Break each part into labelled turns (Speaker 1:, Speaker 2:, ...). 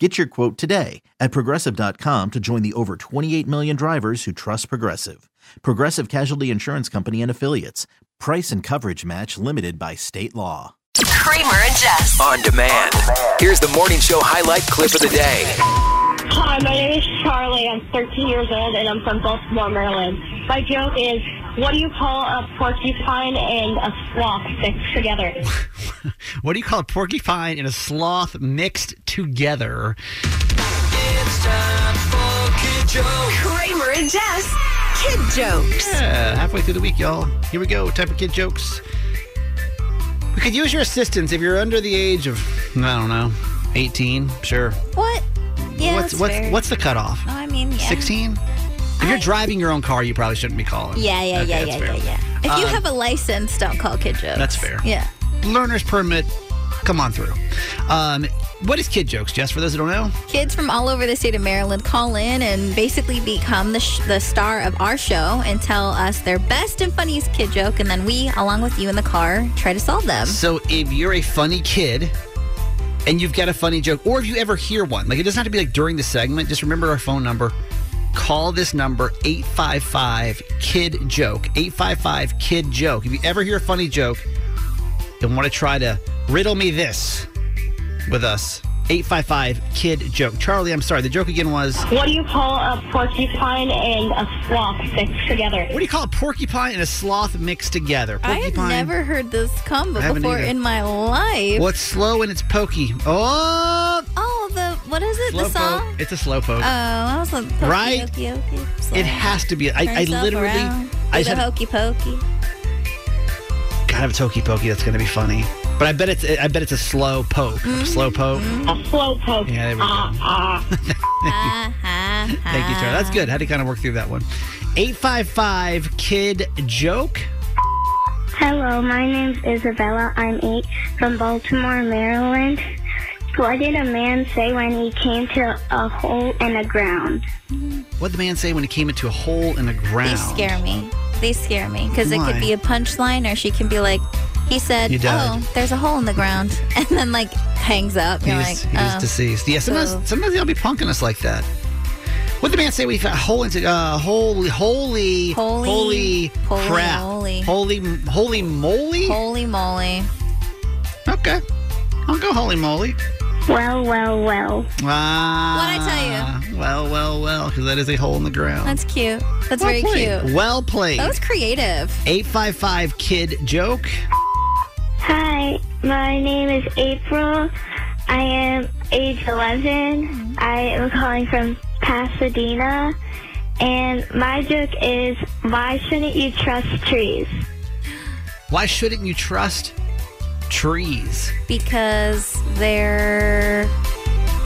Speaker 1: Get your quote today at progressive.com to join the over 28 million drivers who trust Progressive. Progressive Casualty Insurance Company and Affiliates. Price and coverage match limited by state law.
Speaker 2: Kramer and Jess.
Speaker 3: On demand. Here's the morning show highlight clip of the day.
Speaker 4: Hi, my name is Charlie. I'm 13 years old and I'm from Baltimore, Maryland. My joke is, what do you call a porcupine and a sloth mixed together?
Speaker 5: What do you call a porcupine and a sloth mixed together?
Speaker 2: Kramer and Jess. Kid jokes.
Speaker 5: Yeah, halfway through the week, y'all. Here we go. Time for kid jokes. We could use your assistance if you're under the age of, I don't know, 18. Sure.
Speaker 6: What? Yeah,
Speaker 5: what's
Speaker 6: that's
Speaker 5: what's
Speaker 6: fair.
Speaker 5: what's the cutoff?
Speaker 6: Oh, I mean, yeah.
Speaker 5: 16. If you're driving your own car, you probably shouldn't be calling.
Speaker 6: Yeah, yeah,
Speaker 5: Okay,
Speaker 6: yeah,
Speaker 5: that's
Speaker 6: yeah,
Speaker 5: fair. Um,
Speaker 6: yeah, yeah. If you have a license, don't call kid jokes.
Speaker 5: that's fair.
Speaker 6: Yeah.
Speaker 5: Learner's permit. Come on through. Um, what is kid jokes, Jess? For those that don't know,
Speaker 6: Kids from all over the state of Maryland call in and basically become the, sh- the star of our show and tell us their best and funniest kid joke, and then we, along with you in the car, try to solve them.
Speaker 5: So if you're a funny kid and you've got a funny joke, or if you ever hear one, like it doesn't have to be like during the segment, just remember our phone number. Call this number 855 Kid Joke. 855 Kid Joke. If you ever hear a funny joke and want to try to riddle me this with us, 855 Kid Joke. Charlie, I'm sorry. The joke again was
Speaker 4: What do you call a porcupine and a sloth mixed together?
Speaker 5: what do you call a porcupine and a sloth mixed together?
Speaker 6: I have
Speaker 5: Porcupine.
Speaker 6: never heard this combo
Speaker 5: I haven't
Speaker 6: before
Speaker 5: either.
Speaker 6: in my life.
Speaker 5: What's slow and it's pokey? Oh,
Speaker 6: Oh, the what is it? The song?
Speaker 5: slowpoke. It's a slowpoke.
Speaker 6: Oh, I was like, pokey,
Speaker 5: Right?
Speaker 6: Okey, okey, slow.
Speaker 5: It has to be. I, I
Speaker 6: Turns up
Speaker 5: literally.
Speaker 6: around.
Speaker 5: I
Speaker 6: Do the
Speaker 5: said,
Speaker 6: hokey pokey.
Speaker 5: God, I have a Toki Pokey. That's gonna be funny. But I bet it's. I bet it's a slow poke.
Speaker 6: Mm-hmm.
Speaker 5: A slow poke.
Speaker 4: A slowpoke.
Speaker 5: Yeah, there we go.
Speaker 4: Ah, ah.
Speaker 6: ha, ha, ha.
Speaker 5: Thank you, Tara. That's good. Had to kind of work through that one. Eight five five kid joke.
Speaker 7: Hello, my name's Isabella. I'm eight from Baltimore, Maryland. What did a man say when he came to a hole in the ground?
Speaker 5: What did the man say when he came into a hole in the ground?
Speaker 6: They scare me. They scare me because it
Speaker 5: Why?
Speaker 6: could be a punchline, or she can be like, "He said,
Speaker 5: You died.
Speaker 6: oh, there's a hole in the ground," and then like hangs up.
Speaker 5: He
Speaker 6: You're
Speaker 5: was,
Speaker 6: like,
Speaker 5: he was
Speaker 6: oh.
Speaker 5: deceased. Yeah, sometimes
Speaker 6: so-
Speaker 5: sometimes they'll be punking us like that. What did the man say? We found hole into uh, holy, holy,
Speaker 6: Holy-
Speaker 5: holy,
Speaker 6: holy
Speaker 5: crap,
Speaker 6: moly.
Speaker 5: holy, holy moly.
Speaker 6: "Holy moly!"
Speaker 5: Okay, I'll go holy moly.
Speaker 7: Well, well, well.
Speaker 5: Ah,
Speaker 6: What'd I
Speaker 5: tell you? Well, well, well, because that is a hole in the ground.
Speaker 6: That's cute. That's very
Speaker 5: well
Speaker 6: cute.
Speaker 5: played. Well played.
Speaker 6: That was creative.
Speaker 5: 855 kid joke.
Speaker 7: Hi, my name is April. I am age 11. I am calling from Pasadena. And my joke is, why shouldn't you trust trees?
Speaker 5: Why shouldn't you trust trees?
Speaker 6: Because they're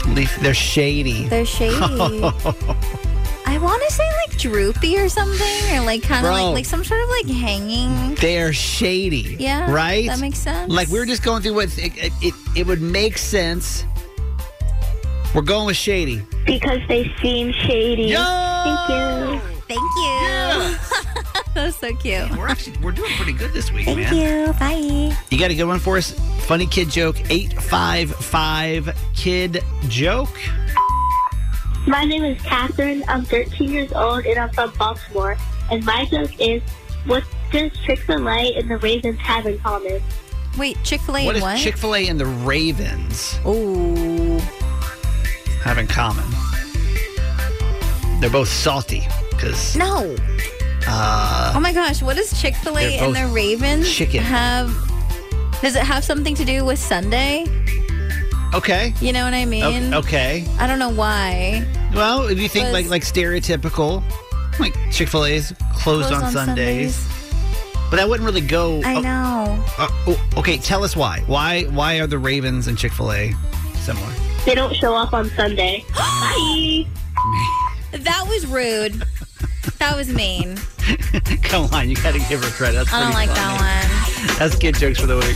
Speaker 5: Leaf, they're shady.
Speaker 6: they're shady. I want to say like droopy or something, or like kind of
Speaker 5: Bro.
Speaker 6: like like some sort of like hanging.
Speaker 5: They're shady.
Speaker 6: Yeah,
Speaker 5: Right?
Speaker 6: that makes sense.
Speaker 5: Like we were just going through what it, it, it, it would make sense. We're going with shady.
Speaker 7: Because they seem shady.
Speaker 5: Yo!
Speaker 7: Thank you.
Speaker 6: Thank you. that was so cute.
Speaker 5: We're actually we're doing pretty good this week,
Speaker 6: Thank
Speaker 5: man.
Speaker 6: you. Bye.
Speaker 5: You got a good one for us? Funny kid joke, 855 kid joke.
Speaker 7: My name is Catherine. I'm 13 years old and I'm from Baltimore. And my joke is, what does Chick-fil-A and the Ravens have in common?
Speaker 6: Wait, Chick Fil A
Speaker 5: what
Speaker 6: and
Speaker 5: does
Speaker 6: what?
Speaker 5: Chick fil A and the Ravens
Speaker 6: Ooh.
Speaker 5: have in common? They're both salty because
Speaker 6: No.
Speaker 5: uh,
Speaker 6: Oh my gosh, what does Chick fil A
Speaker 5: They're
Speaker 6: and the
Speaker 5: both
Speaker 6: Ravens
Speaker 5: chicken.
Speaker 6: have? Does it have something to do with Sunday?
Speaker 5: okay,
Speaker 6: You know what I
Speaker 5: O-
Speaker 6: mean?
Speaker 5: okay.
Speaker 6: I don't know why.
Speaker 5: Well, if you think
Speaker 6: Was-
Speaker 5: like like stereotypical, like Chick fil A's closed,
Speaker 6: Closed
Speaker 5: on, Sundays, but that wouldn't really go.
Speaker 6: I
Speaker 5: oh,
Speaker 6: know.
Speaker 5: oh, oh, okay, tell us why. Why why are the Ravens and Chick fil A similar?
Speaker 7: They don't show up on Sunday. Bye!
Speaker 6: That was rude. that was mean.
Speaker 5: Come on, you got to give her credit. That's
Speaker 6: I don't
Speaker 5: pretty
Speaker 6: like
Speaker 5: funny.
Speaker 6: that one.
Speaker 5: That's kid jokes for the week.